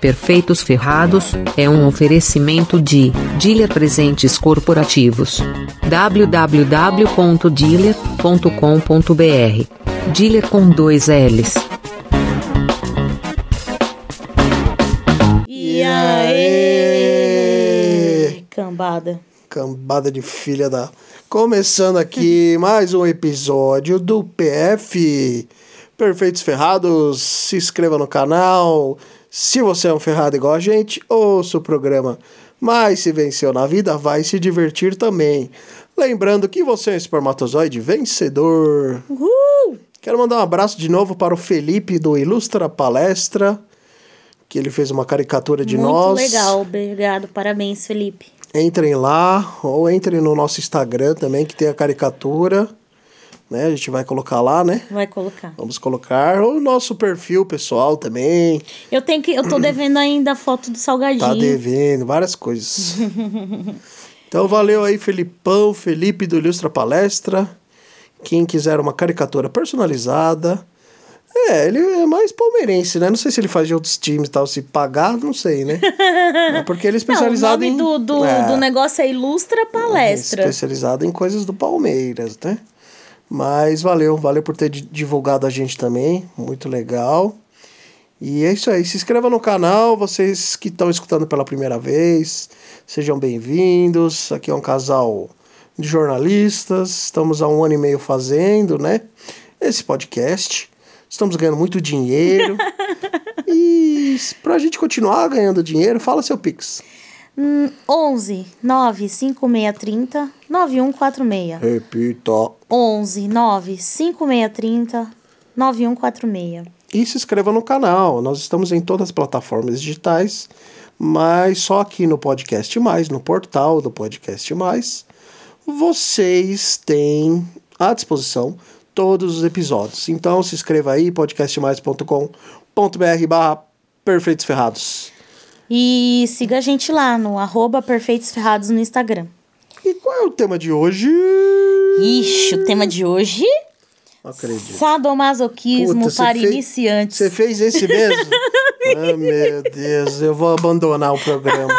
Perfeitos Ferrados é um oferecimento de Dealer Presentes Corporativos. www.dealer.com.br Dealer com dois L's. E aí, cambada. Cambada de filha da. Começando aqui mais um episódio do PF. Perfeitos Ferrados, se inscreva no canal. Se você é um ferrado igual a gente, ouça o programa. Mas se venceu na vida, vai se divertir também. Lembrando que você é um espermatozoide vencedor. Uhul! Quero mandar um abraço de novo para o Felipe do Ilustra Palestra, que ele fez uma caricatura de Muito nós. legal, obrigado, parabéns, Felipe. Entrem lá ou entrem no nosso Instagram também, que tem a caricatura. Né? A gente vai colocar lá, né? Vai colocar. Vamos colocar o nosso perfil pessoal também. Eu tenho que, eu tô devendo ainda a foto do salgadinho. Uhum. Tá devendo várias coisas. então valeu aí, Felipão, Felipe do Ilustra Palestra. Quem quiser uma caricatura personalizada. É, ele é mais palmeirense, né? Não sei se ele faz de outros times e tal. Se pagar, não sei, né? É porque ele é Não, o especializado nome em. do, do, É, do negócio é Ilustra Palestra. Especializado em coisas do Palmeiras, né? Mas valeu, valeu por ter di- divulgado a gente também, muito legal. E é isso aí, se inscreva no canal, vocês que estão escutando pela primeira vez, sejam bem-vindos. Aqui é um casal de jornalistas, estamos há um ano e meio fazendo, né? Esse podcast, estamos ganhando muito dinheiro. e pra gente continuar ganhando dinheiro, fala seu Pix. Hum, 11 9 5630 9146. Repita. 11 9 5630 9146. e se inscreva no canal. Nós estamos em todas as plataformas digitais, mas só aqui no Podcast Mais, no portal do Podcast Mais, vocês têm à disposição todos os episódios. Então se inscreva aí, podcastmais.com.br barra Perfeitos Ferrados. E siga a gente lá no arroba Perfeitos Ferrados no Instagram. E qual é o tema de hoje? Ixi, o tema de hoje? Não Acredito. Sadomasoquismo Puta, cê para fez- iniciantes. Você fez esse mesmo? ah, meu Deus, eu vou abandonar o programa.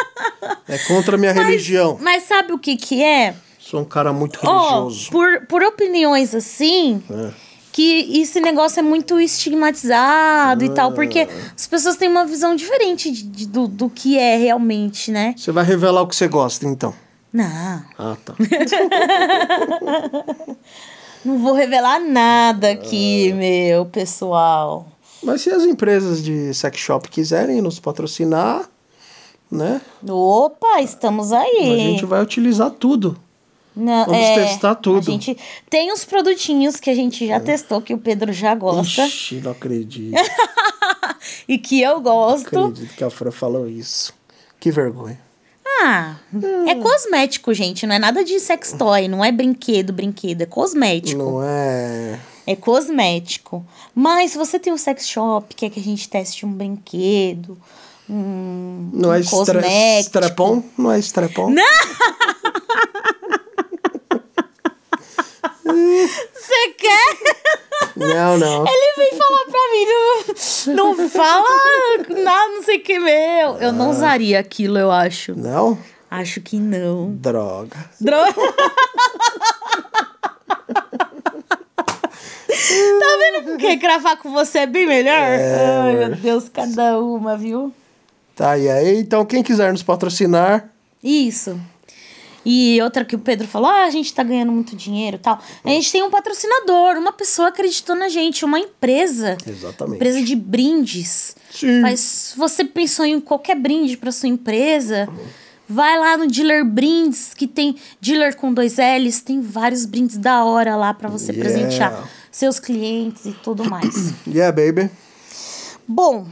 É contra a minha religião. Mas sabe o que que é? Sou um cara muito Ó, religioso. por, por opiniões assim, né? que esse negócio é muito estigmatizado e Ah. tal, porque as pessoas têm uma visão diferente de- de- do, do que é realmente, né? Você vai revelar o que você gosta, então. Não, Ah, tá. não vou revelar nada Ah. aqui, meu pessoal. Mas se as empresas de sex shop quiserem nos patrocinar, né? Opa, estamos aí. A gente vai utilizar tudo. Não, é, Vamos testar tudo. É. A gente tem uns produtinhos que a gente já testou, que o Pedro já gosta Ixi, não acredito. e que eu Não gosto. acredito que a Fran falou isso. Que vergonha. Ah, Hum. é cosmético, gente. Não é nada de sextoy, não é brinquedo, brinquedo. É cosmético. Não é. É cosmético. Mas se você tem um sex shop, quer que a gente teste um brinquedo, um, Não um é estra... cosmético. strepon? Não é strepon? Você quer? Não, não. Ele vem falar pra mim. Não, não fala nada, não sei o que, meu. Eu Ah. não usaria aquilo, eu acho. Não? Acho que não. Droga. Droga. tá Tá vendo porque gravar com você é bem melhor? Ai, meu Deus, cada uma, viu? Tá, e aí? Então, quem quiser nos patrocinar, Isso. E outra que o Pedro falou: ah, a gente tá ganhando muito dinheiro e tal. A gente tem um patrocinador, uma pessoa acreditou na gente, uma empresa. É. Exatamente. Empresa de brindes. Sim. Mas se você pensou em qualquer brinde para sua empresa, vai lá no Dealer Brindes, que tem Dealer com dois L's, tem vários brindes da hora lá para você Yeah. presentear seus clientes e tudo mais. Yeah, baby. Bom,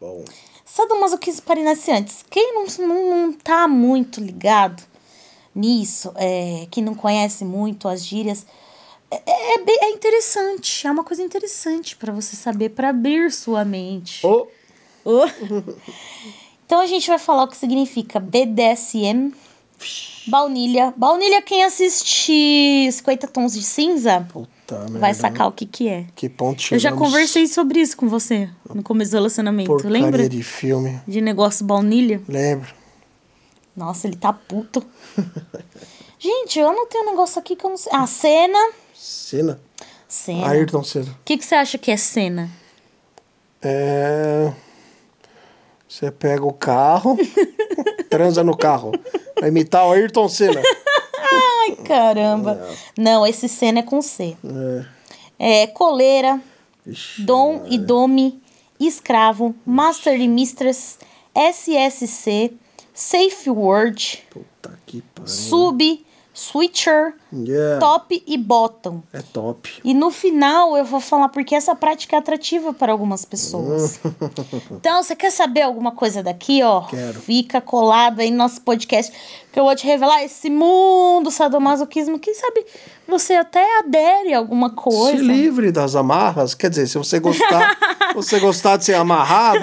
Bom. sadomasoquismo para iniciantes. Quem não, não, não tá muito ligado nisso, é, quem não conhece muito as gírias, é, é, bem- é interessante, é uma coisa interessante para você saber, para abrir sua mente. Oh. Oh. Então a gente vai falar o que significa BDSM, baunilha. Baunilha, quem assiste 50 Tons de Cinza, Puta Tá, né? vai sacar o que que é. Que ponto Eu já chegamos? conversei sobre isso com você no começo do relacionamento, Porcaria lembra? de filme. De negócio baunilha. Lembro. Nossa, ele tá puto. Gente, eu anotei um negócio aqui que eu não sei. Ah, cena. Cena. Cena. Ayrton Senna. O que, que você acha que é cena? É... Você pega o carro, transa no carro. Vai imitar o Ayrton Senna. Ai, caramba. Não, esse cena é com C. É. É coleira, Ixi, dom e dome, escravo, master e mistress, SSC, safe word, Puta que pariu. sub, switcher, Yeah. top e bottom. É top. E no final eu vou falar porque essa prática é atrativa para algumas Uhum. pessoas. então, você quer saber alguma coisa daqui, ó? Quero. Fica colado aí no nosso podcast, que eu vou te revelar esse mundo sadomasoquismo. Quem sabe você até adere a alguma coisa. Se livre das amarras. Quer dizer, se você gostar, você gostar de ser amarrado,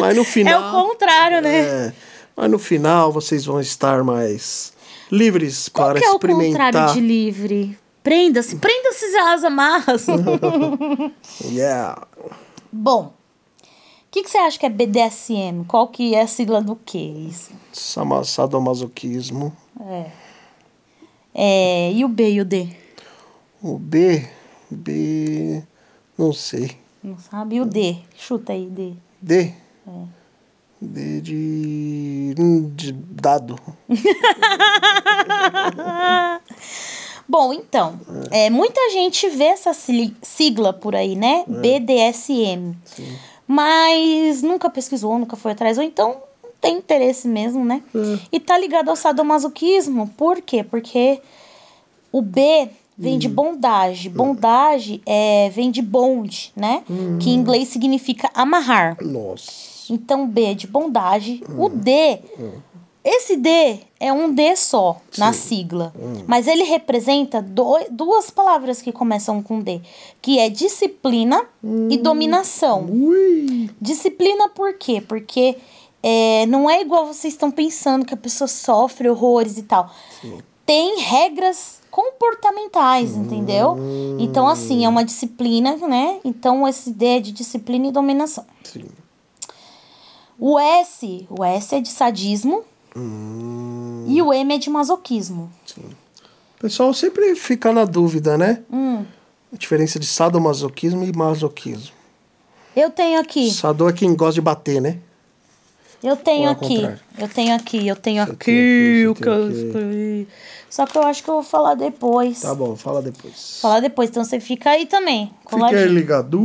mas no é final. o contrário, né? É, mas no final vocês vão estar mais livres Qual para que é o experimentar. contrário de livre? Prenda-se, prenda-se às amarras. Yeah. Bom, o que, que você acha que é BDSM? Qual que é a sigla do que isso? Sama- Sadomasoquismo. É, e o B e o D? O B. B. Não sei. Não sabe? E o D? Chuta aí, D. D. D de. hum, de dado. Bom, então, é, muita gente vê essa sili- sigla por aí, né? BDSM. Mas nunca pesquisou, nunca foi atrás, ou então não tem interesse mesmo, né? E tá ligado ao sadomasoquismo, por quê? Porque o B vem de bondage. Bondage é, vem de bond, né? Que em inglês significa amarrar. Nossa. Então, B é de bondage. O D. Esse D é um D só na sigla. Mas ele representa doi- duas palavras que começam com D. Que é disciplina e dominação. Ui. Disciplina por quê? Porque é, não é igual vocês estão pensando que a pessoa sofre horrores e tal. Tem regras comportamentais, entendeu? Então, assim, é uma disciplina, né? Então, esse D é de disciplina e dominação. Sim. O S, o S é de sadismo Hum. e o M é de masoquismo. O pessoal sempre fica na dúvida, né? A diferença de sadomasoquismo e masoquismo. Eu tenho aqui, Sado é quem gosta de bater, né? eu tenho Ou é o aqui, contrário? eu tenho aqui, eu tenho Você aqui, tem aqui, o você que eu tem aqui. escrevi. Só que eu acho que eu vou falar depois. Tá bom, fala depois. Falar depois, então você fica aí também. Fica aí coladinho. ligado.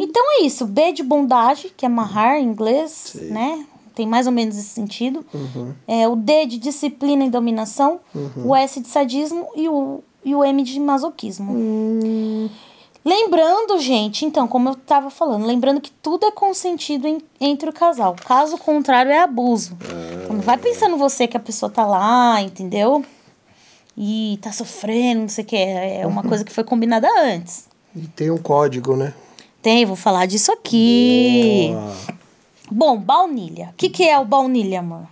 Então é isso, B de bondade, que é amarrar em inglês, né? Tem mais ou menos esse sentido. É, o D de disciplina e dominação, o S de sadismo e o, e o M de masoquismo. Lembrando, gente, então, como eu tava falando, lembrando que tudo é consentido em- entre o casal. Caso contrário, é abuso. Então, não vai pensando você que a pessoa tá lá, entendeu? E tá sofrendo, não sei o que. É uma coisa que foi combinada antes. E tem um código, né? Tem, vou falar disso aqui. Boa. Bom, baunilha. O que, que é o baunilha, amor?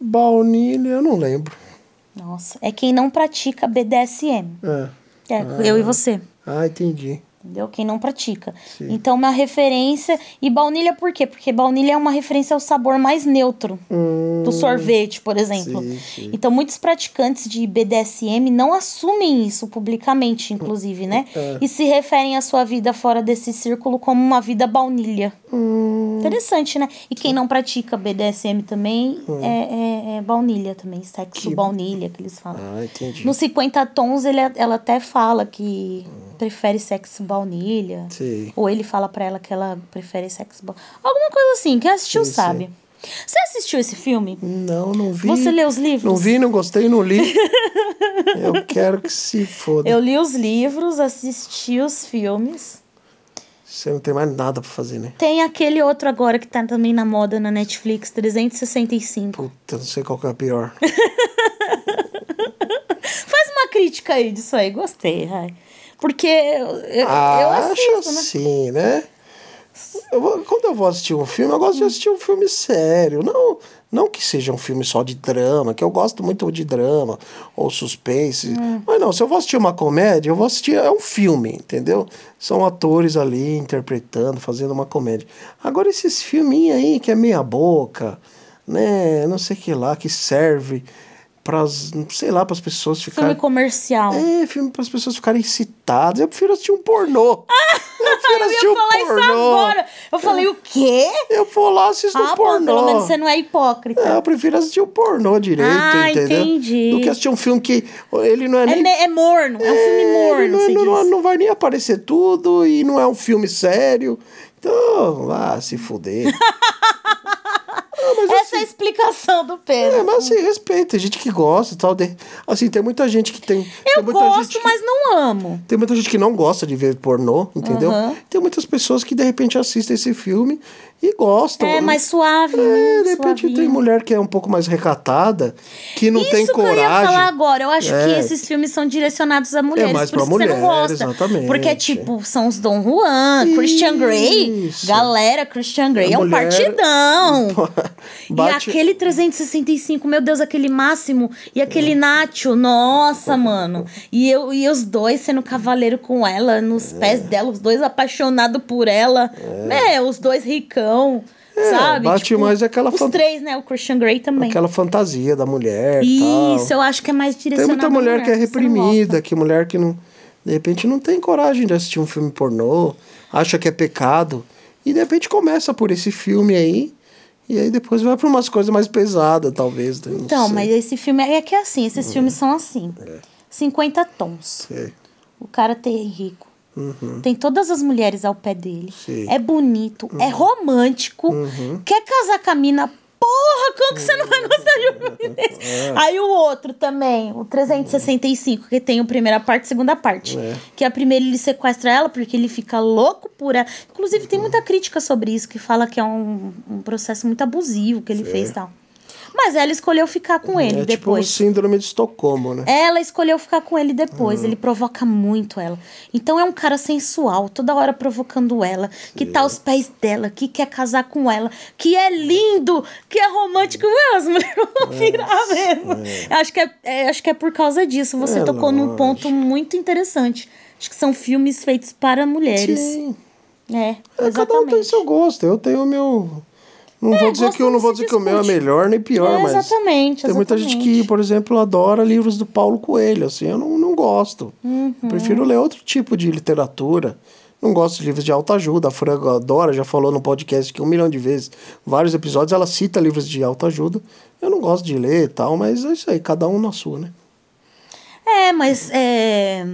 Baunilha, eu não lembro. Nossa, é quem não pratica BDSM. É. É, eu e você. Ah, entendi. Entendeu? Quem não pratica. Sim. Então, uma referência. E baunilha por quê? Porque baunilha é uma referência ao sabor mais neutro Hum, do sorvete, por exemplo. Sim, sim. Então, muitos praticantes de BDSM não assumem isso publicamente, inclusive, né? É. E se referem à sua vida fora desse círculo como uma vida baunilha. Hum, Interessante, né? E quem não pratica BDSM também é, é, é baunilha também, sexo Hum. Que- baunilha que eles falam. Ah, entendi. Nos 50 tons ele, ela até fala que Hum. prefere sexo baunilha. Sei. Ou ele fala pra ela que ela prefere sexo baunilha. Alguma coisa assim, quem assistiu Sim, sabe. Você assistiu esse filme? Não, não vi. Você leu os livros? Não vi, não gostei, não li. eu quero que se foda. Eu li os livros, assisti os filmes. Você não tem mais nada pra fazer, né? Tem aquele outro agora que tá também na moda na Netflix, 365. Puta, não sei qual que é a pior. Faz uma crítica aí disso aí, gostei, Rai. Porque eu, eu, eu Ah, acho assisto, né? assim, né? Eu vou- quando eu vou assistir um filme, eu gosto de assistir um filme sério. Não, não que seja um filme só de drama, que eu gosto muito de drama ou suspense. Hum. Mas não, se eu vou assistir uma comédia, eu vou assistir. É um filme, entendeu? São atores ali interpretando, fazendo uma comédia. Agora, esses filminhos aí que é meia-boca, né? Não sei o que lá, que serve para, sei lá, para as pessoas Filme ficarem. comercial. É, filme para as pessoas ficarem excitadas. Eu prefiro assistir um pornô. eu prefiro eu assistir ia um falar pornô. isso agora. Eu falei, o quê? Eu vou lá assisto Ah, um pô, pornô. pelo menos você não é hipócrita. É, eu prefiro assistir o pornô direito, Ah, entendeu? entendi. Do que assistir um filme que ele não é, É, nem. ne- é morno, é um filme ele morno, não, é- você não, diz. não vai nem aparecer tudo e não é um filme sério. Então, ah, se fuder. Ah, mas Essa é a explicação do Pedro. É, mas assim, respeita, tem gente que gosta e tal. de- Assim, tem muita gente que tem. eu tem muita gosto, gente que- mas não amo. Tem muita gente que não gosta de ver pornô, entendeu? Aham. Tem muitas pessoas que de repente assistem esse filme e gostam. é mais suave, É, né? de repente tem Suavinho. mulher que é um pouco mais recatada, que não Isso tem que coragem. eu ia falar agora. Eu acho que É. esses filmes são direcionados a mulheres. mais por pra isso que você não mulher, gosta. exatamente. Porque, tipo, são os Dom Juan, Christian Grey. Isso. Galera, Christian Grey A é um mulher- partidão. Bate- E aquele 365, meu Deus, aquele máximo. E aquele Nacho, nossa, mano. E, eu, e os dois sendo cavaleiro com ela, nos É. pés dela, os dois apaixonados por ela. É, os dois ricão, É, sabe? Tipo, bate mais aquela Os fan- três, né? O Christian Grey também. Aquela fantasia da mulher. Isso, tal. eu acho que é mais Tem direcionado muita à mulher que é você não gosta. reprimida, que mulher que não. De repente não tem coragem de assistir um filme pornô, acha que é pecado. E de repente começa por esse filme aí. E aí depois vai pra umas coisas mais pesadas, talvez. né? Não Então, sei. Hum. mas esse filme é que é assim, esses filmes são assim. 50 tons. É. O cara tem é rico. Tem todas as mulheres ao pé dele. Uhum. Sim. Uhum. É bonito, é romântico. Quer casar com a mina. Porra, como que você não vai gostar de um Uhum. filme desse? É. Aí o outro também, o 365, que tem a primeira parte e a segunda parte. É. Que a primeira ele sequestra ela porque ele fica louco por ela. Inclusive, Uhum. tem muita crítica sobre isso, que fala que é um, um processo muito abusivo que ele fez e tal. Mas ela escolheu ficar com ele É tipo o depois. síndrome de Estocolmo, né? Ela escolheu ficar com ele depois. Hum. Ele provoca muito ela. Então é um cara sensual, toda hora provocando ela, que tá aos pés dela, que quer casar com ela, que é lindo, que é romântico. Meu, as mulheres vão É, virar mesmo. Acho, que é, é, acho que é por causa disso. Você É tocou num lógico. ponto muito interessante. Acho que são filmes feitos para mulheres. Sim. É, É, exatamente. É, cada um tem seu gosto. Eu tenho o meu. Não vou dizer gosto que eu não não vou se dizer que o meu é discute. melhor nem pior, É, mas exatamente, tem muita gente exatamente. que, por exemplo, adora livros do Paulo Coelho. Assim, eu não, não gosto. Uhum. Eu prefiro ler outro tipo de literatura. Não gosto de livros de alta ajuda. A Frango adora, já falou no podcast que um milhão de vezes, vários episódios, ela cita livros de alta ajuda. Eu não gosto de ler e tal, mas é isso aí, cada um na sua, né? É, mas é.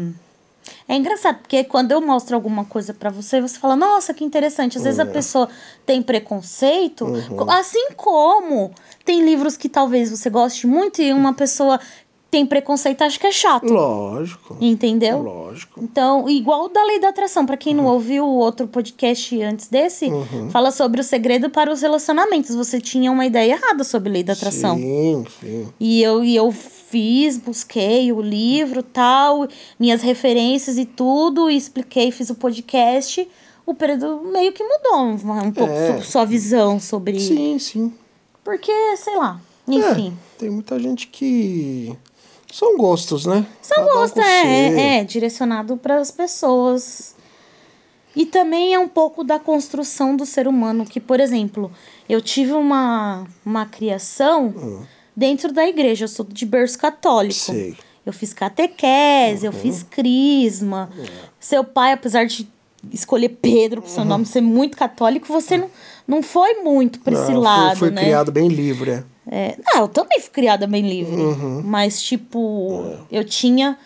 É engraçado, porque quando eu mostro alguma coisa pra você, você fala, nossa, que interessante. Às vezes a pessoa tem preconceito, co- assim como tem livros que talvez você goste muito e uma pessoa tem preconceito acha que é chato. Lógico. Entendeu? Uhum. Lógico. Então, igual o da lei da atração, pra quem não ouviu o outro podcast antes desse, fala sobre o segredo para os relacionamentos. Você tinha uma ideia errada sobre lei da atração. Sim, sim. E eu, e eu fiz, busquei o livro, tal, minhas referências e tudo, e expliquei, fiz o podcast. O Pedro meio que mudou um, um pouco É. sobre sua visão sobre. Sim, sim. Porque, sei lá, É, enfim. tem muita gente que. São gostos, né? São Cada um gosto, com é, seu. é, é, direcionado para as pessoas. E também é um pouco da construção do ser humano, que, por exemplo, eu tive uma, uma criação Hum. dentro da igreja, eu sou de berço católico. Sei. Eu fiz catequese, eu Uhum. fiz crisma. É. Seu pai, apesar de escolher Pedro pro Uhum. seu nome ser muito católico, você não, não foi muito pra esse Não, foi- lado, foi, né? criado bem livre, é. É, não, eu também fui criada bem livre. Uhum. Mas, tipo, É. eu tinha.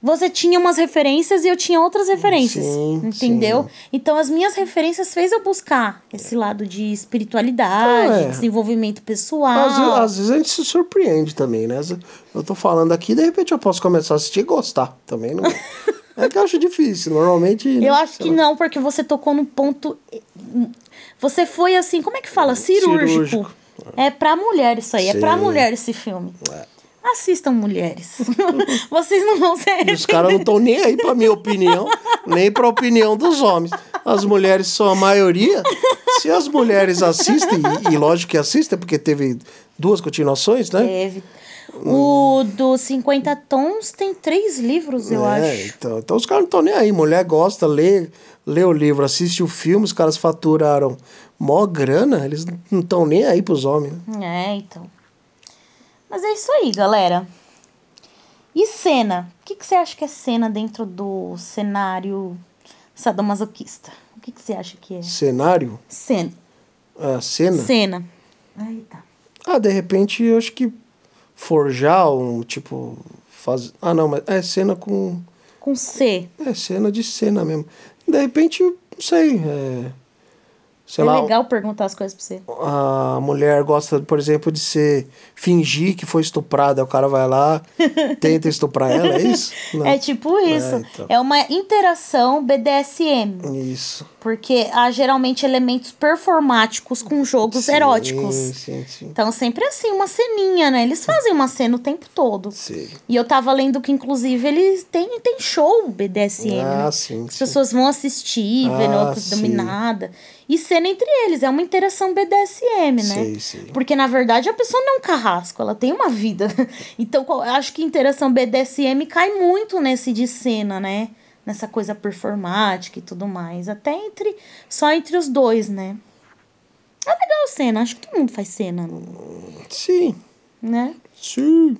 Você tinha umas referências e eu tinha outras referências. Sim, entendeu? sim. Então, as minhas referências fez eu buscar esse lado de espiritualidade, Ah, é. desenvolvimento pessoal. Às, ve- às vezes a gente se surpreende também, né? Às vezes Eu tô falando aqui, de repente eu posso começar a assistir e gostar também. Não... é que eu acho difícil, normalmente. né, Eu acho sei que lá. não, porque você tocou num ponto. eh, Você foi assim, como é que fala? Cirúrgico. Cirúrgico. É pra mulher isso aí, é pra Sim. É. mulher esse filme. Assistam mulheres. Vocês não vão ser. Os caras não estão nem aí pra minha opinião, nem pra opinião dos homens. As mulheres são a maioria. Se as mulheres assistem, e, e lógico que assistem, porque teve duas continuações, né? Teve. O do 50 Tons tem três livros, eu É, acho. Então, então os caras não estão nem aí. Mulher gosta, lê, lê o livro, assiste o filme, os caras faturaram mó grana, eles não estão nem aí pros homens. né? É, então. Mas é isso aí, galera. E cena? O que, que você acha que é cena dentro do cenário sadomasoquista? O que, que você acha que é? Cenário, Cena. a cena. Cena. Aí tá. Ah, de repente eu acho que forjar um tipo. Faz... Ah, não, mas é cena com. Com C. É cena de cena mesmo. De repente, não sei. É... Sei é lá, legal perguntar as coisas pra você. a mulher gosta, por exemplo, de ser. fingir que foi estuprada, aí o cara vai lá, tenta estuprar ela, é isso? Não. É tipo isso. É, então. É uma interação BDSM. Isso. Porque há geralmente elementos performáticos com jogos Sim, eróticos. Sim, sim. Então, sempre assim, uma ceninha, né? Eles fazem uma cena o tempo todo. Sim. E eu tava lendo que, inclusive, eles têm, tem show BDSM. né? Ah, sim. As sim. pessoas vão assistir, Ah, vendo sim. dominada. E cena entre eles, é uma interação BDSM, né? Sei, sei. Porque, na verdade, a pessoa não é um carrasco, ela tem uma vida. Então, qual- eu acho que interação BDSM cai muito nesse de cena, né? Nessa coisa performática e tudo mais. Até entre. Só entre os dois, né? É legal cena, acho que todo mundo faz cena, Sim. né? Sim.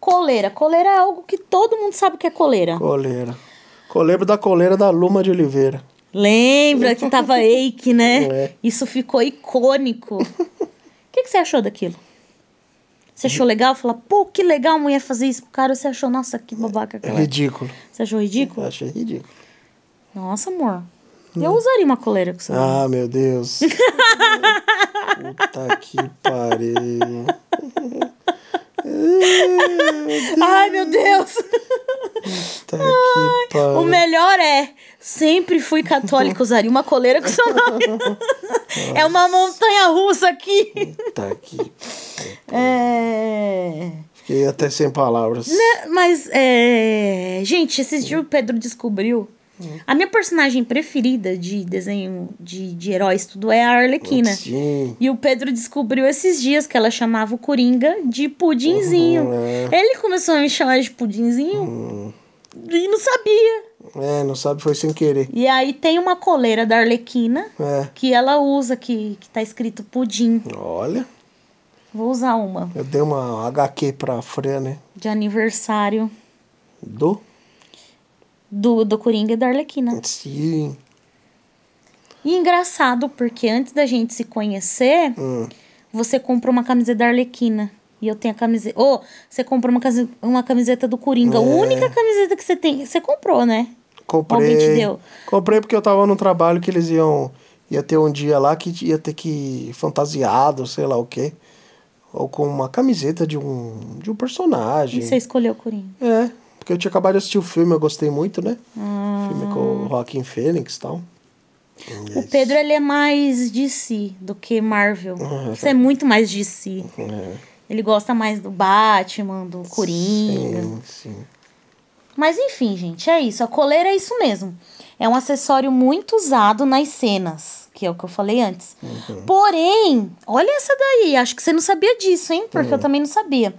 Coleira. Coleira é algo que todo mundo sabe que é coleira. Coleira. Coleira da coleira da Luma de Oliveira. Lembra que tava Eike, né? É. Isso ficou icônico. O que, que você achou daquilo? Você achou legal? Falar, pô, que legal a mulher fazer isso pro cara. Você achou, nossa, que babaca. É Cara. ridículo. Você achou Eu ridículo? achei ridículo. Nossa, amor. Eu usaria uma coleira com você. Hum. Ah, meu Deus. Puta que pariu. Ai, meu Deus! Puta que O pariu. melhor é, sempre fui católica, usaria uma coleira com seu nome. é uma montanha russa aqui. Puta que. É. Fiquei até sem palavras. É, Mas, é... gente, esses dias o Pedro descobriu. Hum. A minha personagem preferida de desenho de, de heróis, tudo é a Arlequina. Sim. E o Pedro descobriu esses dias que ela chamava o Coringa de Pudinzinho. Uhum, é. Uhum. Ele começou a me chamar de Pudinzinho e não sabia. É, não sabe, foi sem querer. E aí tem uma coleira da Arlequina É. que ela usa, que, que tá escrito Pudim. Olha, Vou usar uma eu dei uma HQ pra Freya, né? de aniversário Do? do, do Coringa e da Arlequina. Sim. E engraçado, porque antes da gente se conhecer, Hum. você comprou uma camiseta da Arlequina. E eu tenho a camiseta. Ô, você comprou uma, case- uma camiseta do Coringa. A única camiseta que você tem. Você comprou, né? Comprei. Alguém te deu? Comprei porque eu tava num trabalho que eles iam. Ia ter um dia lá que ia ter que ir fantasiado, sei lá o quê. Ou com uma camiseta de um, de um personagem. E você escolheu o Coringa. É, porque eu tinha acabado de assistir o filme, eu gostei muito, né? Hum. O filme com o Joaquim Fênix e tal. O Pedro, ele é mais de si do que Marvel. Uhum. Você é muito mais de si. É, Ele gosta mais do Batman, do Coringa. sim, sim. Mas enfim, gente, é isso. A coleira é isso mesmo. É um acessório muito usado nas cenas, que é o que eu falei antes. Uhum. Porém, olha essa daí. Acho que você não sabia disso, hein? Porque Uhum. eu também não sabia.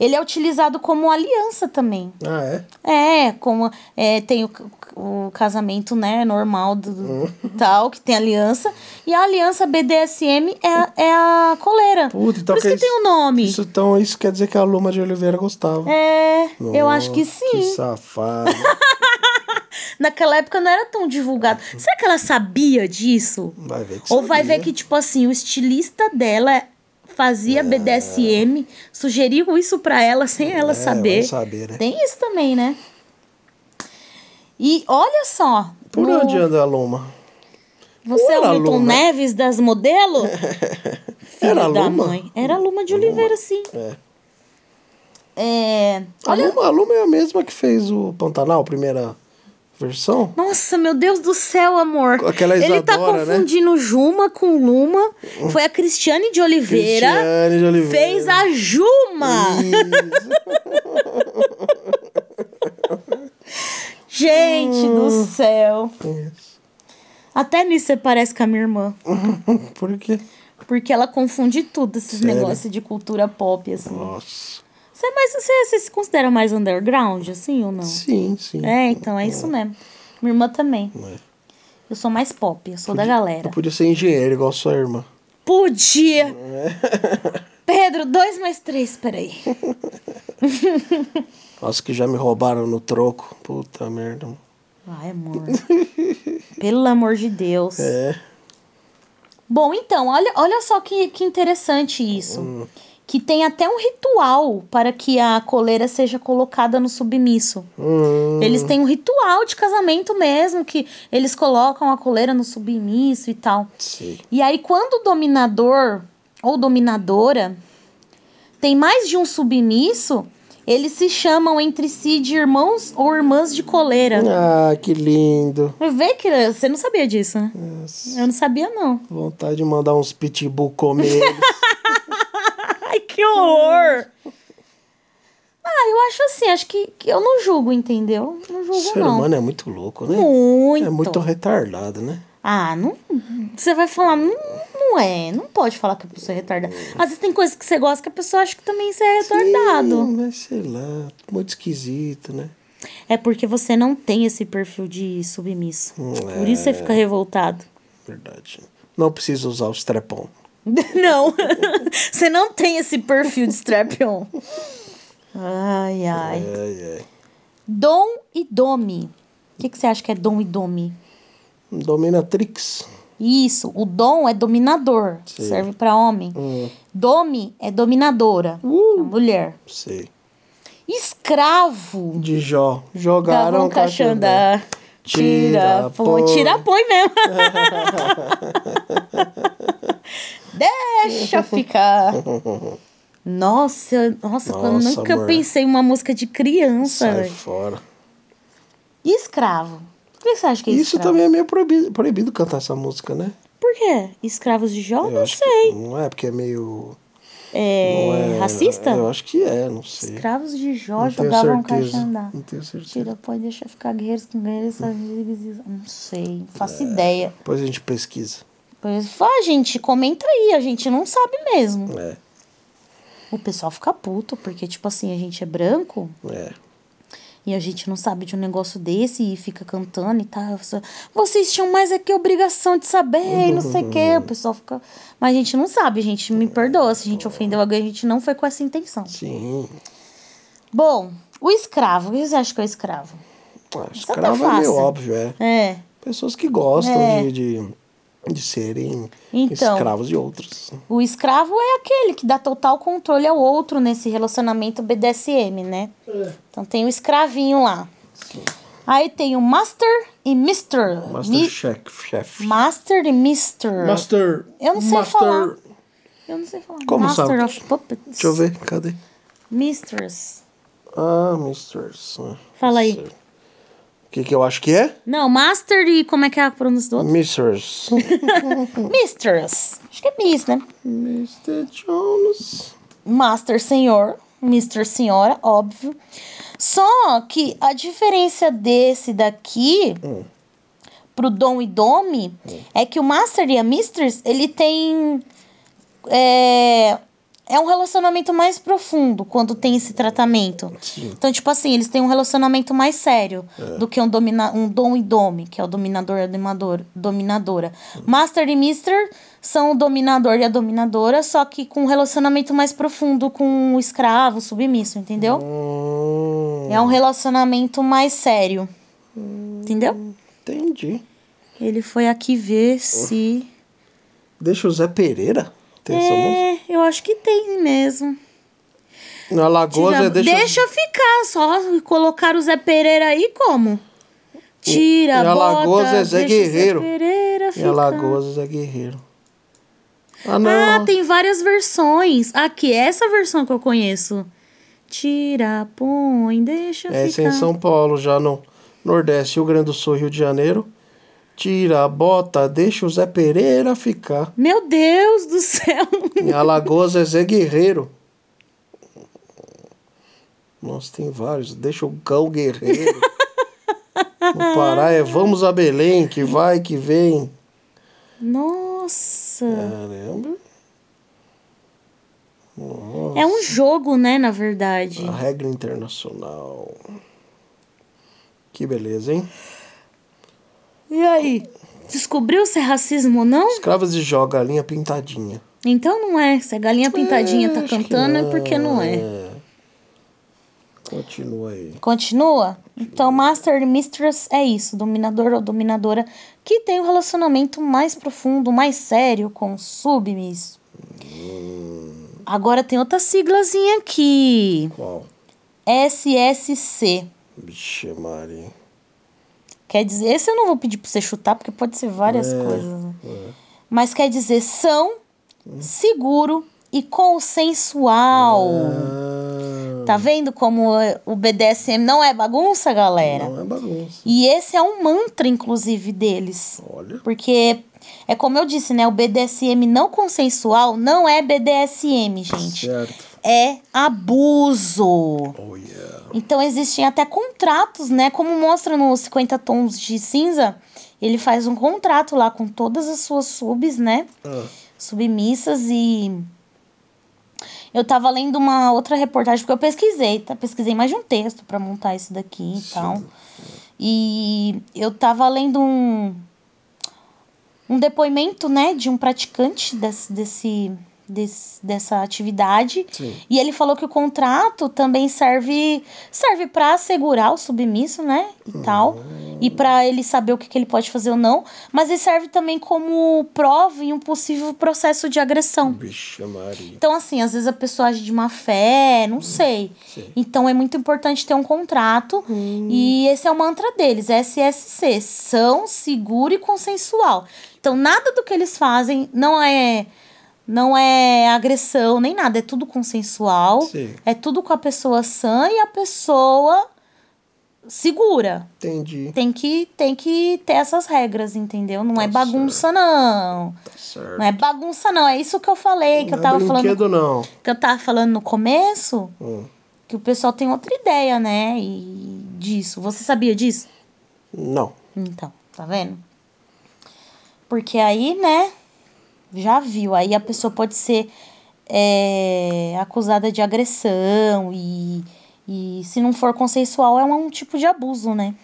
Ele é utilizado como aliança também. Ah, é? É, como é, tem o, o casamento, né, normal do, do- Uhum. tal, que tem aliança. E a aliança BDSM é, a- é a coleira. Puta, então Por isso que que tem o nome. Isso, então isso quer dizer que a Luma de Oliveira gostava. É, eu acho que Nossa, sim. Que safado. Naquela época não era tão divulgado. Será que ela sabia disso? Vai ver que Ou vai Uhum. sabia. ver que, tipo assim, o estilista dela fazia BDSM, sugeriu isso pra ela sem ela É. É, saber. vai saber, né? Tem isso também, né? E olha só. Por no- onde anda a Luma? Você é Era o Milton Luma. Neves das modelo? Filho Era da Luma? mãe. É. Era Luma de Oliveira, sim. É. É. A Luma, a Luma é a mesma que fez o Pantanal, a primeira versão? Nossa, meu Deus do céu, amor. Com aquela Ele tá Isadora, né? Oh. confundindo Juma com Luma. Foi a Cristiane de Oliveira. Cristiane de Oliveira. Fez a Juma. Gente do céu. Oh. Isso. Até nisso você parece com a minha irmã. Por quê? Porque ela confunde tudo esses Sério? negócios de cultura pop, assim. Nossa. Você, é mais, você, você se considera mais underground, assim, ou não? Sim, sim. É, então é isso mesmo. Minha irmã também. É. Eu sou mais pop, eu sou da Eu galera. podia ser engenheiro igual sua irmã. Podia! É. Pedro, dois mais três, peraí. Nossa, que já me roubaram no troco. Puta merda. mano. Ai, amor. Pelo amor de Deus. É. Bom, então, olha, olha só que, que interessante isso. Hum. Que tem até um ritual para que a coleira seja colocada no submisso. Hum, Eles têm um ritual de casamento mesmo, que eles colocam a coleira no submisso e tal. sei. E aí, quando o dominador ou dominadora tem mais de um submisso, eles se chamam entre si de irmãos ou irmãs de coleira. Ah, que lindo. Vê que você não sabia disso, né? Nossa, Eu não sabia, não. Vontade de mandar uns pitbull comer eles. Ai, que horror! Ah, eu acho assim, acho que, que eu não julgo, entendeu? Não O julgo, ser não. humano é muito louco, né? Muito. É muito retardado, né? Ah, não. Você vai falar, não, não é. Não pode falar que a pessoa é retardada. Às vezes tem coisa que você gosta que a pessoa acha que também você é retardado. Sim, mas sei lá, muito esquisito, né? É porque você não tem esse perfil de submisso. Por isso É. você fica revoltado. Verdade. Não precisa usar os trepão. não. você não tem esse perfil de strap-on. Ai, ai. Ai, ai. Dom e dome. O que, que você acha que é dom e dome? Dominatrix. Isso, o dom é dominador, Sim. serve pra homem. Hum, Uh. Dome é dominadora, é mulher. sei. Escravo. De Jó. Garon Jogaram caixandá. Caxandá. Tira, Tira, põe. põe. Tira, põe mesmo. Deixa ficar. Nossa, nossa, quando Nossa, nunca amor. pensei em uma música de criança. Sai velho. fora. Escravo. Por que você acha que é Isso escravo? também é meio proibido, proibido cantar essa música, né? Por quê? Escravos de Jó? Não que- sei. não é, porque é meio. não É, racista? Eu acho que é, não sei. Escravos de Jó não tenho jogavam um certeza. caixandá. Não tenho certeza. Tira, põe, deixa ficar guerreiros com guerreiros. só- Não sei, não É. faço ideia. Depois a gente pesquisa. Pois fala, "Ah, gente, comenta aí, a gente não sabe mesmo. É, O pessoal fica puto, porque, tipo assim, a gente é branco é. e a gente não sabe de um negócio desse e fica cantando e tal. Só, Vocês tinham mais aqui obrigação de saber e não sei o quê. O pessoal fica. Mas a gente não sabe, gente. Me perdoa se a gente ofendeu alguém, a gente não foi com essa intenção. Sim. Bom, o escravo, o que você acha que é o escravo? Ah, Isso tá escravo é meio fácil. óbvio, é. É. Pessoas que gostam É. de, de, de serem Então. escravos de outros. O escravo é aquele que dá total controle ao outro nesse relacionamento BDSM, né? Então tem o escravinho lá. Aí tem o master e mister. Master Mi- chef, chef. master e mister. Master. Eu não sei falar. Eu não sei falar. Como master sabe? of Puppets. Deixa eu ver, cadê? Mistress. Ah, Mistress. ah, Fala aí. mister. O que, que eu acho que é? Não, master e como é que é a pronúncia do outro? Mistress. Hum. Mistress. Acho que é miss, né? Mr. Jones. Master Senhor, Mr. Senhora, óbvio. Só que a diferença desse daqui pro Dom e Dome é que o Master e a Mistress, ele tem. É, é um relacionamento mais profundo quando tem esse tratamento. Então, tipo assim, eles têm um relacionamento mais sério É. do que um, domina, um Dom e Dome, que é o dominador e a dominador, dominadora. Master e Mister são o dominador e a dominadora, só que com um relacionamento mais profundo com o escravo, o submisso, entendeu? Hum, É um relacionamento mais sério. Entendeu? entendi. Ele foi aqui ver se. Deixa o Zé Pereira. Tem essa música? É, eu acho que tem mesmo. Na Lagoa, Tira- Zé, deixa. deixa ficar, só colocar o Zé Pereira aí como? Tira, E a bota, Lagoa, Zezé deixa o Zé é Guerreiro. Pereira E a ficar. Lagoa, Zé Guerreiro. Ah, não. Ah, tem várias versões. Aqui, é essa versão que eu conheço. Tira, põe, deixa É, isso é ficar. em São Paulo, já no Nordeste, Rio Grande do Sul, Rio de Janeiro. Tira a bota, deixa o Zé Pereira ficar. Meu Deus do céu. Em Alagoas, Zezé Guerreiro. Nossa, tem vários. Deixa o Cão Guerreiro. O Pará é Vamos a Belém, que vai, que vem. Nossa. Caramba. É. um jogo, né, na verdade. A regra internacional. Que beleza, hein? E aí? Descobriu se é racismo ou não? Escravas de Jó, galinha pintadinha. Então não é. Se a galinha pintadinha tá cantando, é porque não é. Continua aí. Continua? Então, Master e Mistress é isso, dominador ou dominadora que tem um relacionamento mais profundo, mais sério com o submisso. Agora tem outra siglazinha aqui: Qual? SSC. Vixe, Maria. Quer dizer, esse eu não vou pedir pra você chutar, porque pode ser várias É, coisas. né? é. Mas quer dizer são, seguro e consensual. Ah, Tá vendo como é, o BDSM não é bagunça, galera? Não é bagunça. E esse é um mantra, inclusive, deles. Olha. Porque é como eu disse, né? O BDSM não consensual não é BDSM, gente. Certo. É abuso. Oh, yeah. Então existem até contratos, né? Como mostra no 50 Tons de Cinza, ele faz um contrato lá com todas as suas subs, né? Ah, submissas e eu tava lendo uma outra reportagem porque eu pesquisei, tá? Pesquisei mais de um texto pra montar isso daqui e tal. E eu tava lendo um um depoimento, né, de um praticante desse, desse, desse dessa atividade. Sim. E ele falou que o contrato também serve serve para assegurar o submisso, né, e tal, e para ele saber o que, que ele pode fazer ou não, mas ele serve também como prova em um possível processo de agressão. Vixe, Maria. Então, assim, às vezes a pessoa age de má fé, não sei. Sim. Então é muito importante ter um contrato. E esse é o mantra deles, SSC. São, seguro e consensual. Então, nada do que eles fazem não é não é agressão nem nada. É tudo consensual. Sim. É tudo com a pessoa sã e a pessoa segura. Entendi. Tem que, tem que ter essas regras, entendeu? Não é Tá bagunça, não. Tá certo. Não é bagunça, não. É isso que eu falei, que eu Não tava é falando brinquedo, não. que eu tava falando no começo, Hum. que o pessoal tem outra ideia, né? E disso. Você sabia disso? Não. Então, tá vendo? Porque aí, né? Já viu. Aí a pessoa pode ser é, acusada de agressão e, e se não for consensual é um tipo de abuso, né?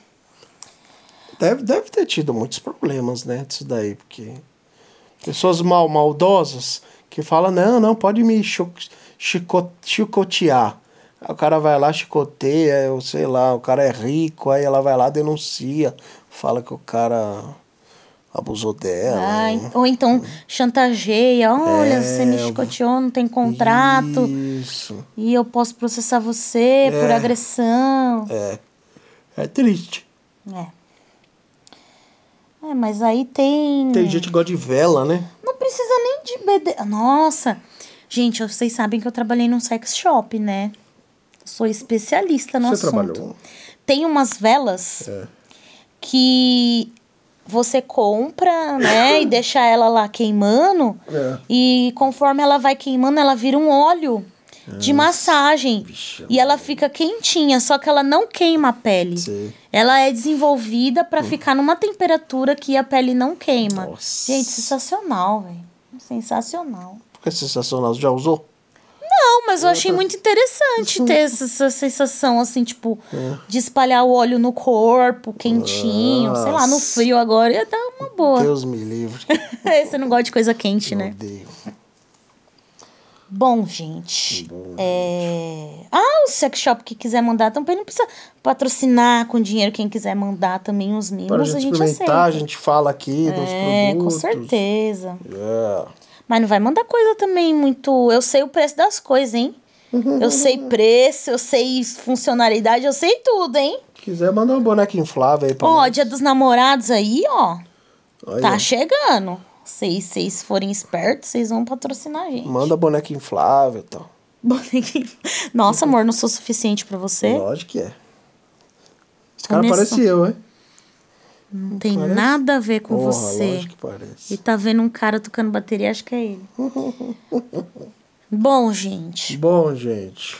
Deve, deve ter tido muitos problemas, né? Disso daí, porque pessoas mal, maldosas que falam, não, não, pode me cho- chico- chicotear. Aí o cara vai lá, chicoteia, eu sei lá, o cara é rico, aí ela vai lá, denuncia, fala que o cara abusou dela. Ai, ou então chantageia, olha, É, você me eu- chicoteou, não tem contrato, Isso. e eu posso processar você por É. agressão. É. É triste. É. É, mas aí tem. Tem gente que gosta de vela, né? Não precisa nem de BD. Nossa! Gente, vocês sabem que eu trabalhei num sex shop, né? Sou especialista no Você assunto. trabalhou? Tem umas velas É. que você compra, né? e deixa ela lá queimando. É. E conforme ela vai queimando, ela vira um óleo de massagem. Vixe, e ela fica quentinha, só que ela não queima a pele. Sei. Ela é desenvolvida pra Hum. ficar numa temperatura que a pele não queima. Nossa. Gente, sensacional, velho. Sensacional. Porque é sensacional. Você já usou? Não, mas eu achei tá muito interessante ter essa, essa sensação, assim, tipo, É. de espalhar o óleo no corpo, quentinho, sei lá, no Nossa. frio agora. Ia dar uma boa. Deus me livre. Você não gosta de coisa quente, Meu né? Deus. Bom, gente. é... Ah, o sex shop que quiser mandar também não precisa patrocinar com dinheiro. Quem quiser mandar também os Para a mimos, gente a gente experimentar, aceita. a gente fala aqui dos É, com produtos. certeza. É. Mas não vai mandar coisa também muito. Eu sei o preço das coisas, hein? Eu sei preço, eu sei funcionalidade, eu sei tudo, hein? Se quiser, mandar um boneco inflável aí pra Ó, nós. dia dos namorados aí, ó. Tá Aí, Tá ó. chegando. Se vocês forem espertos, vocês vão patrocinar a gente. Manda boneco inflável e tal. Bonequinho. Nossa, amor, não sou suficiente pra você? Lógico que é. Os Tá caras nessa- parecem eu, hein? Não tem parece? nada a ver com Porra, você. lógico que E parece. tá vendo um cara tocando bateria, acho que é ele. Bom, gente, Bom, gente.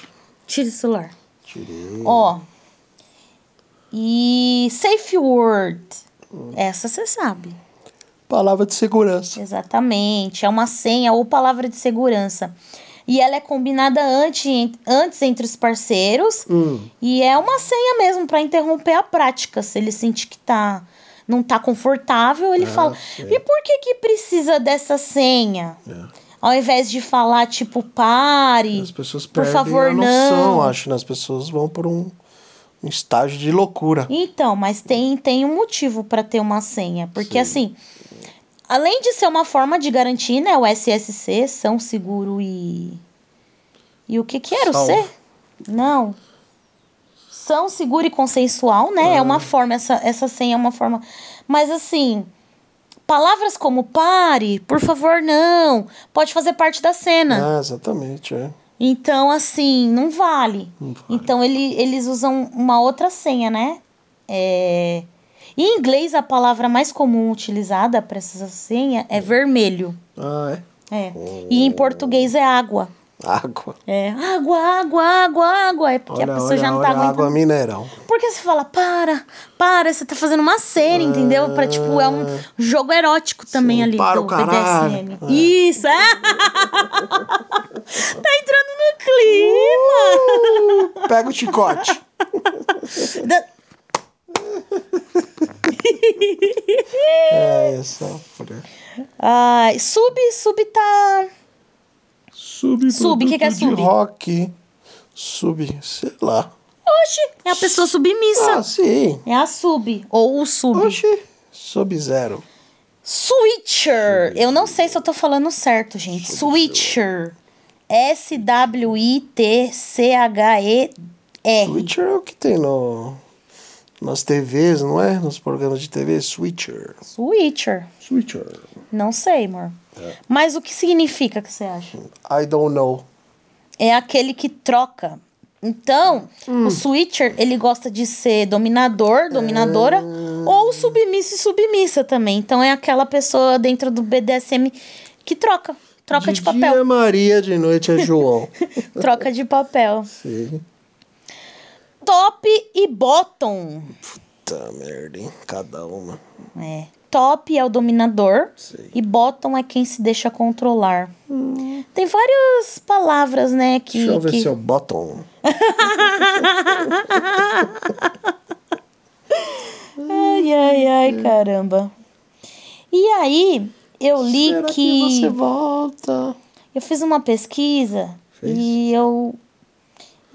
tira o celular. Tirei. Ó. E safe word. Essa você sabe. Palavra de segurança. Exatamente. É uma senha ou palavra de segurança. E ela é combinada antes, antes entre os parceiros. Hum. E é uma senha mesmo para interromper a prática. Se ele sentir que tá, não tá confortável, ele Ah, fala. sei. E por que que precisa dessa senha? É. Ao invés de falar, tipo, pare. As pessoas Por perdem favor, a noção, não. acho, né? As pessoas vão por um, um estágio de loucura. Então, mas tem, tem um motivo para ter uma senha. Porque, assim, além de ser uma forma de garantir, né? O SSC, São Seguro e. E o que que era Salvo. o C? Não. São Seguro e Consensual, né? É uma forma, essa, essa senha é uma forma. Mas, assim. Palavras como pare, por favor, não. Pode fazer parte da cena. Ah, exatamente, é. Então, assim, não vale. Não vale. Então, ele, eles usam uma outra senha, né? É... Em inglês, a palavra mais comum utilizada para essa senha é vermelho. Ah, é. É. E em português é água. Água. É água, água, água, água. É porque Olha, a pessoa olha, já não olha tá a água aguentando. mineral. Porque você fala, para, para, você tá fazendo uma cena, entendeu? Pra, tipo, é um jogo erótico também Sim, ali para do o caralho. É. BDSM. Isso! tá entrando no clima! Pega o chicote. Uh. Da- é, essa folha. Ai, Ah, sub, sub tá... Sub, Sub, o que que é produto de sub? rock. Sub, sei lá. Oxi, é a pessoa submissa. Ah, sim. É a sub, ou o sub. Oxi. Sub-zero. Switcher. Eu não sei se eu tô falando certo, gente. Switcher. S-W-I-T-C-H-E-R. Switcher é o que tem no... Nas TVs, não é? Nos programas de TV, Switcher. Switcher. Switcher. Não sei, amor. Mas o que significa que você acha? I don't know. É aquele que troca. Então, Hum. o switcher, ele gosta de ser dominador, dominadora, Ah. ou submissa e submissa também. Então, é aquela pessoa dentro do BDSM que troca. Troca de, de Dia é papel. Maria, de noite é João. Troca de papel. sim. Top e bottom. Puta merda, hein? Cada uma. É. Top é o dominador Sei. Hum. e bottom é quem se deixa controlar. Tem várias palavras, né? Que, Deixa eu ver que... se eu boto um. Ai, ai, ai, Hum. caramba. E aí, eu li Será que. você volta? Eu fiz uma pesquisa Fez? e eu.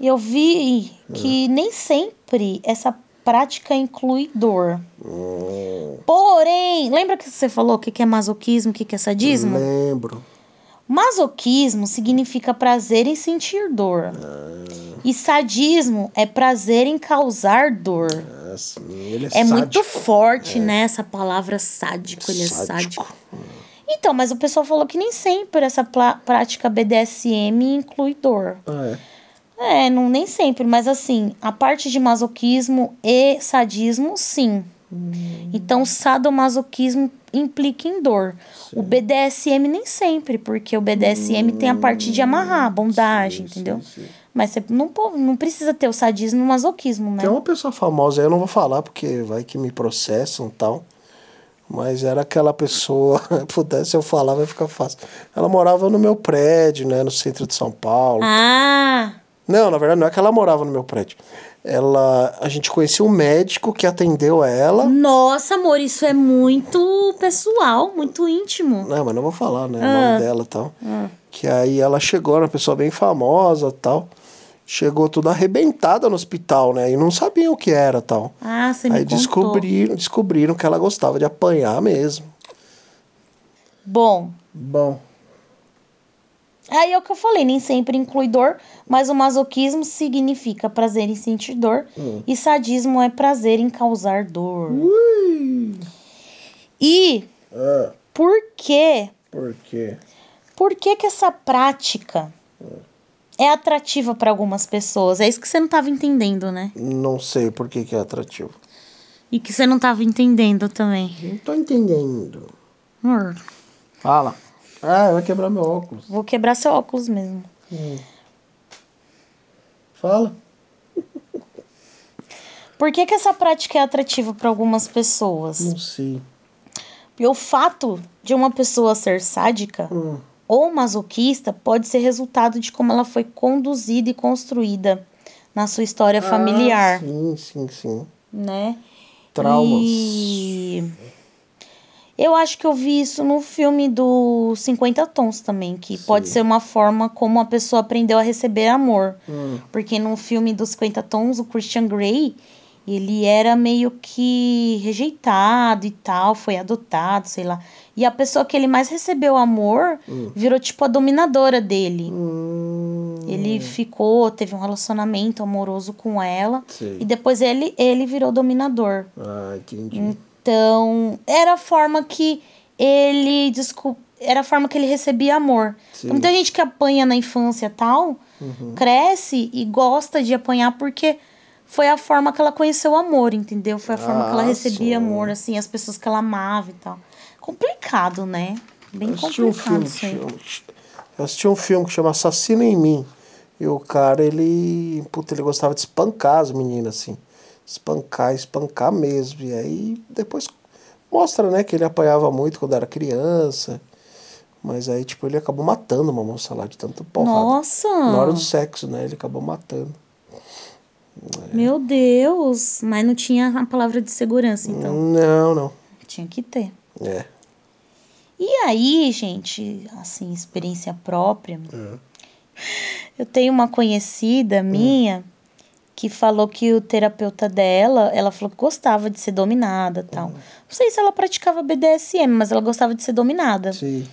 Eu vi que Ah. nem sempre essa prática inclui dor. Hum, Porém, lembra que você falou o que que é masoquismo, o que que é sadismo? lembro. Masoquismo significa prazer em sentir dor. Ah. E sadismo é prazer em causar dor. Ah, sim, ele é, É muito sádico. É. forte, né? Essa palavra sádico, ele é sádico. Então, mas o pessoal falou que nem sempre essa pla- prática BDSM inclui dor. Ah, é. É, não, nem sempre, mas assim, a parte de masoquismo e sadismo, sim. Hum. Então, sadomasoquismo implica em dor. O BDSM nem sempre, porque o BDSM tem a parte de amarrar, bondagem, Hum, Sim, entendeu? sim, sim. Mas você não, po- não precisa ter o sadismo e o masoquismo, né? Tem uma pessoa famosa aí, eu não vou falar porque vai que me processam e tal. Mas era aquela pessoa, pudesse eu falar, vai ficar fácil. Ela morava no meu prédio, né? No centro de São Paulo. Ah! Não, na verdade não é que ela morava no meu prédio. Ela, a gente conhecia um médico que atendeu ela. Nossa, amor, isso é muito pessoal, muito íntimo. Não, mas não vou falar, né? O Ah. nome dela e tal. Que aí ela chegou, era uma pessoa bem famosa e tal. Chegou toda arrebentada no hospital, né? E não sabiam o que era e tal. Ah, você me Aí contou. descobriram, descobriram que ela gostava de apanhar mesmo. Bom, Bom. aí é o que eu falei, nem sempre inclui dor, mas o masoquismo significa prazer em sentir dor e sadismo é prazer em causar dor. E Ah, por quê? por quê? Por que que essa prática é atrativa para algumas pessoas? É isso que você não tava entendendo, né? Não sei por que, que é atrativo. E que você não tava entendendo também. Não tô entendendo. Hum. Fala. Ah, vai quebrar meu óculos. Vou quebrar seu óculos mesmo. Fala. Por que, que essa prática é atrativa para algumas pessoas? Não sei. E o fato de uma pessoa ser sádica Hum. ou masoquista pode ser resultado de como ela foi conduzida e construída na sua história familiar, Ah, sim, sim, sim. né? Traumas. E eu acho que eu vi isso no filme do 50 Tons também, que pode ser uma forma como a pessoa aprendeu a receber amor. Porque no filme dos 50 Tons, o Christian Grey, ele era meio que rejeitado e tal, foi adotado, sei lá. E a pessoa que ele mais recebeu amor virou tipo a dominadora dele. Hum, Ele ficou, teve um relacionamento amoroso com ela. Sei. E depois ele, ele virou dominador. Ah, entendi. Então, era a forma que ele descu- era a forma que ele recebia amor. Sim. Uhum. Então, muita gente que apanha na infância e tal, cresce e gosta de apanhar porque foi a forma que ela conheceu o amor, entendeu? Foi a forma que ela Ah, sim. recebia amor, assim, as pessoas que ela amava e tal. Complicado, né? Bem Eu assisti um complicado filme. isso aí. que chama- Eu assisti um filme que chama Assassino em Mim. E o cara, ele. Puta, ele gostava de espancar as meninas, assim. Espancar, espancar mesmo. E aí depois mostra, né, que ele apanhava muito quando era criança. Mas aí, tipo, ele acabou matando uma moça lá de tanta porrada. Nossa! Na hora do sexo, né? Ele acabou matando. Meu Deus! Mas não tinha a palavra de segurança, então. Não, não. Tinha que ter. É. E aí, gente, assim, experiência própria. É. Eu tenho uma Hum. conhecida minha que falou que o terapeuta dela, ela falou que gostava de ser dominada tal. Hum. Não sei se ela praticava BDSM, mas ela gostava de ser dominada. Sim.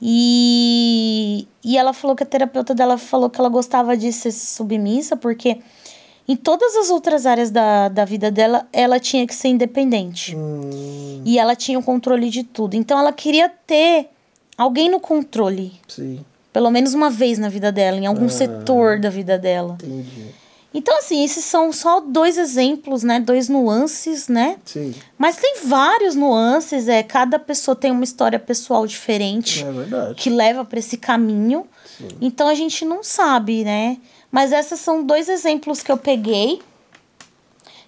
E, e ela falou que a terapeuta dela falou que ela gostava de ser submissa, porque em todas as outras áreas da, da vida dela, ela tinha que ser independente. Hum, E ela tinha o controle de tudo. Então ela queria ter alguém no controle. sim. Pelo menos uma vez na vida dela, em algum setor da vida dela. Entendi. Então, assim, esses são só dois exemplos, né? Dois nuances, né? Sim. Mas tem vários nuances, é. Cada pessoa tem uma história pessoal diferente É verdade. que leva para esse caminho. Então a gente não sabe, né? Mas esses são dois exemplos que eu peguei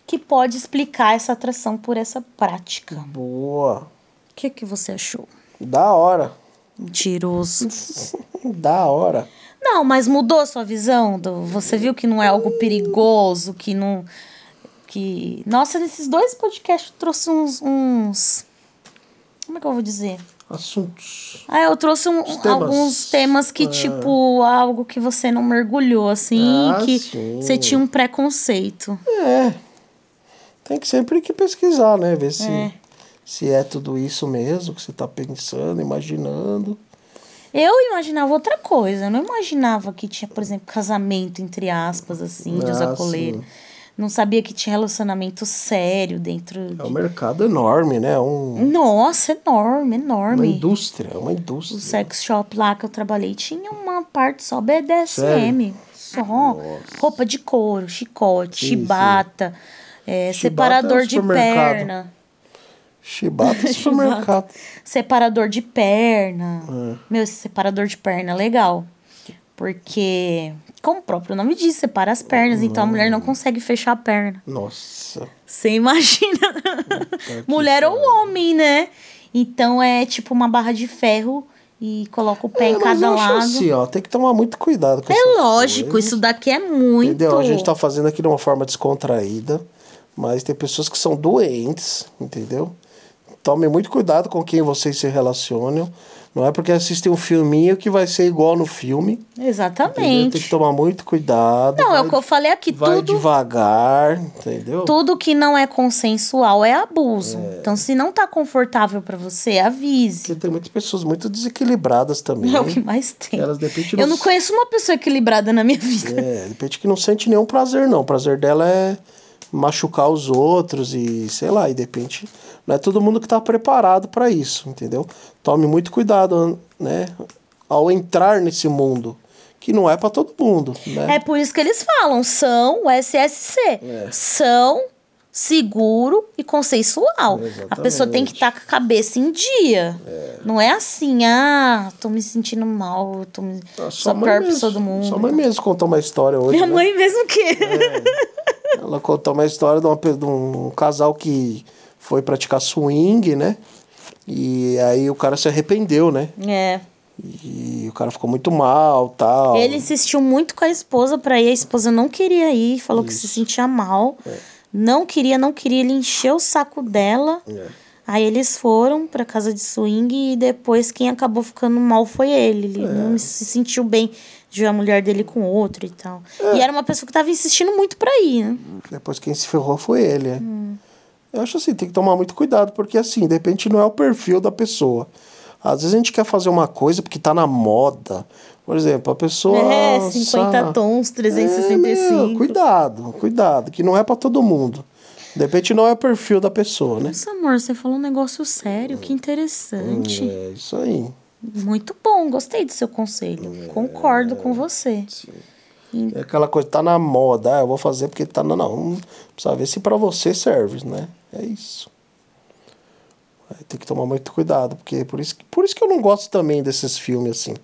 que pode explicar essa atração por essa prática. Boa. O que, que você achou? Da hora. Mentiroso. Da hora. Não, mas mudou sua visão? Do, você viu que não é algo perigoso, que não. Que. Nossa, nesses dois podcasts eu trouxe uns. uns- Como é que eu vou dizer? Assuntos. Ah, eu trouxe um- Os temas. alguns temas que, É. tipo, algo que você não mergulhou, assim, Ah, que sim. você tinha um preconceito. É. Tem que sempre que pesquisar, né? Ver se É. é. se é tudo isso mesmo que você tá pensando, imaginando. Eu imaginava outra coisa. Eu não imaginava que tinha, por exemplo, casamento, entre aspas, assim, de Ah, usar coleira. sim. Não sabia que tinha relacionamento sério dentro É um de... mercado enorme, né? É Um, Nossa, enorme, uma enorme. indústria, é uma O indústria. sex shop lá que eu trabalhei tinha uma parte só BDSM. Sério? Só Nossa. roupa de couro, chicote, Sim, chibata, é, Chibata separador é de supermercado. perna. Chibata supermercado. Separador de perna. É. Meu, esse separador de perna é legal. Porque, como o próprio nome diz, separa as pernas. Então a mulher não consegue fechar a perna. Nossa. Você imagina. que Mulher ou homem, né? Então é tipo uma barra de ferro e coloca o pé Tá em É, mas cada eu acho lado. assim, ó, tem que tomar muito cuidado com É essas lógico, coisas. isso daqui é muito. Entendeu? A gente tá fazendo aqui de uma forma descontraída, mas tem pessoas que são doentes, entendeu? Tomem muito cuidado com quem vocês se relacionam. Não é porque assistem um filminho que vai ser igual no filme. Entendeu? Tem que Exatamente. tomar muito cuidado. Não, é vai- o que eu falei aqui, Vai tudo devagar, entendeu? tudo que não é consensual é abuso. Então se não tá confortável pra você, avise. Porque tem muitas pessoas muito desequilibradas também. É o que mais tem. Elas de repente Eu não conheço uma pessoa equilibrada na minha vida. É, de repente que não sente nenhum prazer, não. O prazer dela é machucar os outros e sei lá, e de repente não é todo mundo que tá preparado para isso, entendeu? Tome muito cuidado, né, ao entrar nesse mundo, que não é para todo mundo, É. É. né? por isso que eles falam, são o SSC. São seguro e consensual. Exatamente. A pessoa tem que estar com a cabeça em dia. Não é assim, ah, tô me sentindo mal, eu tô me... Ah, sou a pior pessoa do mundo. Sua mãe mesmo contou uma história hoje. Minha né? mãe mesmo que. Ela contou uma história de, uma pe- de um casal que foi praticar swing, né? E aí o cara se arrependeu, né? É. E o cara ficou muito mal, tal. Ele insistiu muito com a esposa pra ir, a esposa não queria ir, falou que se sentia mal. É. Não queria, não queria, ele encheu o saco dela. É. Aí eles foram pra casa de swing e depois quem acabou ficando mal foi ele. É. Ele não se sentiu bem de ver a mulher dele com outro e tal. É. E era uma pessoa que tava insistindo muito pra ir, né? Depois quem se ferrou foi ele, né? Hum. Eu acho assim, tem que tomar muito cuidado, porque assim, de repente não é o perfil da pessoa. Às vezes a gente quer fazer uma coisa porque tá na moda. Por exemplo, a pessoa. É, 50 sabe? tons, É, meu, 365. cuidado, cuidado, que não é pra todo mundo. De repente não é o perfil da pessoa, né? Nossa, amor, você falou um negócio sério, que interessante. É isso aí. Muito bom, gostei do seu conselho. Concordo com você. É aquela coisa, tá na moda, ah, eu vou fazer porque tá na. Não, precisa ver se pra você serve, né? É isso. Aí Tem que tomar muito cuidado, porque por isso, que- por isso que eu não gosto também desses filmes assim.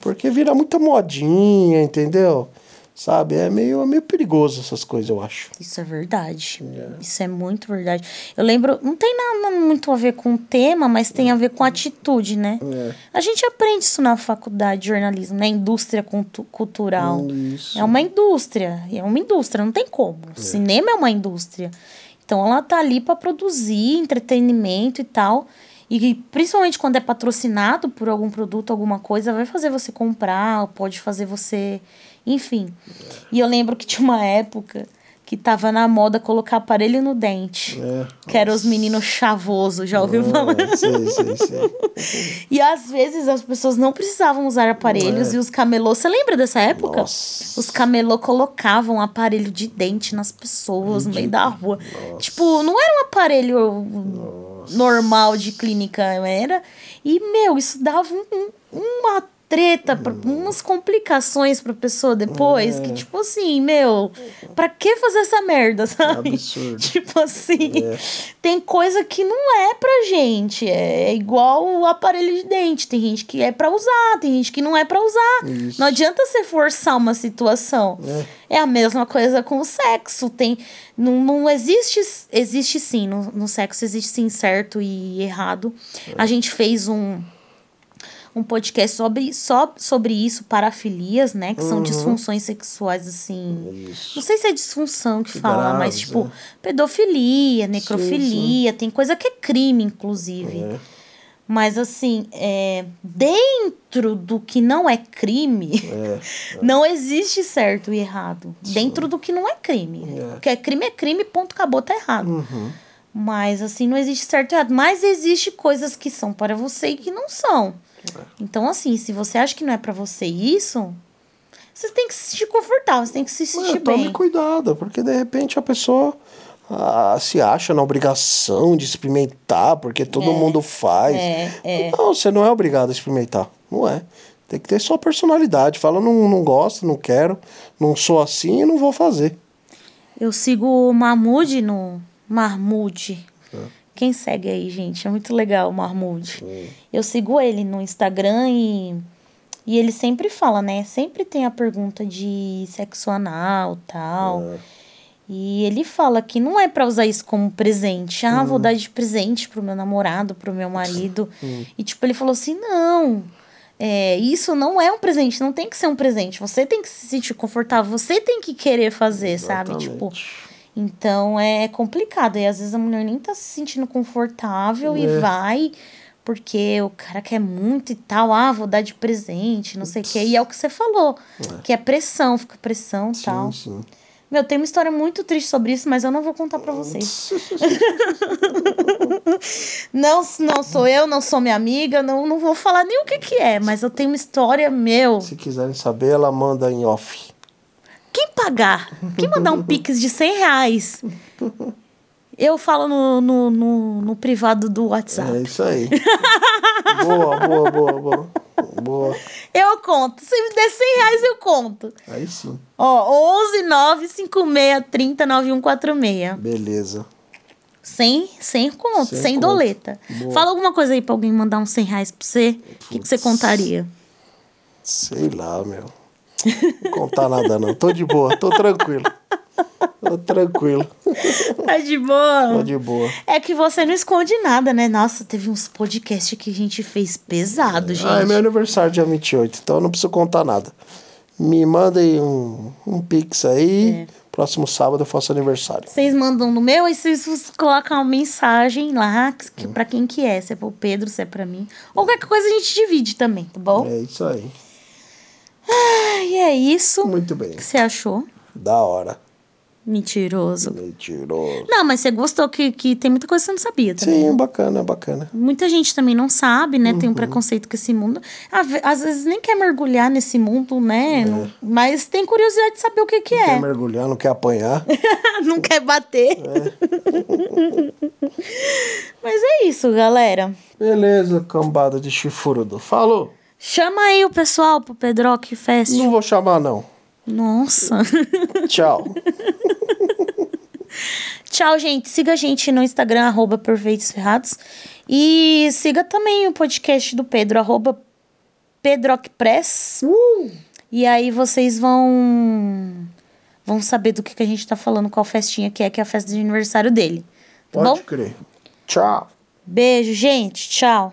Porque vira muita modinha, entendeu? Sabe? É meio, é meio perigoso essas coisas, eu acho. Isso é verdade. Isso é muito verdade. Eu lembro, não tem nada muito a ver com o tema, mas tem a ver com a atitude, né? É. A gente aprende isso na faculdade de jornalismo, na indústria cultu- cultural. Hum, Isso. É uma indústria, é uma indústria, não tem como. O cinema é uma indústria. Então ela tá ali para produzir entretenimento e tal. E principalmente quando é patrocinado por algum produto, alguma coisa, vai fazer você comprar, pode fazer você. Enfim. E eu lembro que tinha uma época que tava na moda colocar aparelho no dente. É. Que eram os meninos chavosos, já ouviu falar? É, sei, sei, sei. E às vezes as pessoas não precisavam usar aparelhos e os camelôs. Você lembra dessa época? Nossa. Os camelô colocavam aparelho de dente nas pessoas no meio da rua. Tipo, não era um aparelho normal de clínica, era. E, meu, isso dava um- um- uma treta, pra- umas complicações pra pessoa depois. Que, tipo assim, meu, pra que fazer essa merda, sabe? É absurdo. Tipo assim, tem coisa que não é pra gente. É igual o aparelho de dente. Tem gente que é pra usar, tem gente que não é pra usar. Isso. Não adianta você forçar uma situação. É, a mesma coisa com o sexo. Tem, não, não existe. Existe sim, no, no sexo existe sim certo e errado. A gente fez um. Um podcast sobre, só sobre isso, parafilias, né? Que são disfunções sexuais, assim. Isso. Não sei se é disfunção que fala, graves, mas tipo, né? pedofilia, necrofilia, tem coisa que é crime, inclusive. É. Mas assim, é, dentro do que não é crime, é. não existe certo e errado. Dentro do que não é crime. É. Hum. O que é crime é crime, ponto, acabou, tá errado. Uhum. Mas assim, não existe certo e errado. Mas existe coisas que são para você e que não são. É. Então, assim, se você acha que não é para você isso, você tem que se sentir confortável, você tem que se Ué, sentir tome bem. cuidado, porque de repente a pessoa ah, se acha na obrigação de experimentar, porque todo mundo faz. É, é. Não, você não é obrigado a experimentar, não é. Tem que ter sua personalidade. Fala, não, não gosto, não quero, não sou assim e não vou fazer. Eu sigo o Mahmoud no Marmude. Quem segue aí, gente? É muito legal o Marmude. Eu sigo ele no Instagram e, e ele sempre fala, né? Sempre tem a pergunta de sexo anal tal. E ele fala que não é pra usar isso como presente. Ah, vou dar de presente pro meu namorado, pro meu marido. E tipo, ele falou assim: não. É, isso não é um presente, não tem que ser um presente. Você tem que se sentir confortável, você tem que querer fazer, sabe? Tipo, então é complicado. E às vezes a mulher nem tá se sentindo confortável e É. vai, porque o cara quer muito e tal. Ah, vou dar de presente, não sei o quê. E é o que você falou, que é pressão, fica pressão e tal. Sim, sim. Meu, tem uma história muito triste sobre isso, mas eu não vou contar pra vocês. não, não sou eu, não sou minha amiga, não, não vou falar nem o que que é, mas eu tenho uma história, meu. Se quiserem saber, ela manda em off. Quem pagar? Quem mandar um pix de 100 reais? Eu falo no, no, no, no privado do É WhatsApp. isso aí. boa, boa, boa, boa. Boa. Eu conto. Se me der 100 reais, eu conto. Aí sim. Ó, 11 956 30 9146. Beleza. Sem, sem conto, Sem sem, conto. doleta. Boa. Fala alguma coisa aí pra alguém mandar uns 100 reais pra você. O que, que você contaria? Sei lá, meu. Não vou contar nada, não. Tô de boa, tô tranquilo. Tá tranquilo. Tá de boa. Tá de boa. É que você não esconde nada, né? Nossa, teve uns podcasts que a gente fez pesado, gente. Ah, é meu aniversário dia 28, então eu não preciso contar nada. Me mandem um, um pix É. aí. Próximo sábado eu faço aniversário. Vocês mandam no meu e vocês colocam uma mensagem lá que, que pra quem que é. Se é pro Pedro, se é pra mim. Ou qualquer coisa a gente divide também, tá bom? É isso aí. E é isso. O Muito bem. que você achou? Da hora. Mentiroso. Mentiroso. Não, mas você gostou que, que tem muita coisa que você não sabia também. Sim, Uhum. bacana, bacana. Muita gente também não sabe, né? Tem um preconceito com esse mundo. À ve- Às vezes nem quer mergulhar nesse mundo, né? Não- Mas tem curiosidade de saber o que, que Quer é. mergulhar, É. não quer apanhar. não quer bater. É. mas é isso, galera. Beleza, cambada de chifrudo. Falou. Chama aí o pessoal pro Pedrock Fest. Não vou chamar, não. Nossa. Tchau. Tchau, gente. Siga a gente no Instagram, arroba Perfeitos Ferrados. E siga também o podcast do Pedro, arroba PedrockPress. E aí vocês vão vão saber do que, que a gente tá falando, qual festinha que é, que é a festa de aniversário dele. Tá Pode bom? crer. Tchau. Beijo, gente. Tchau.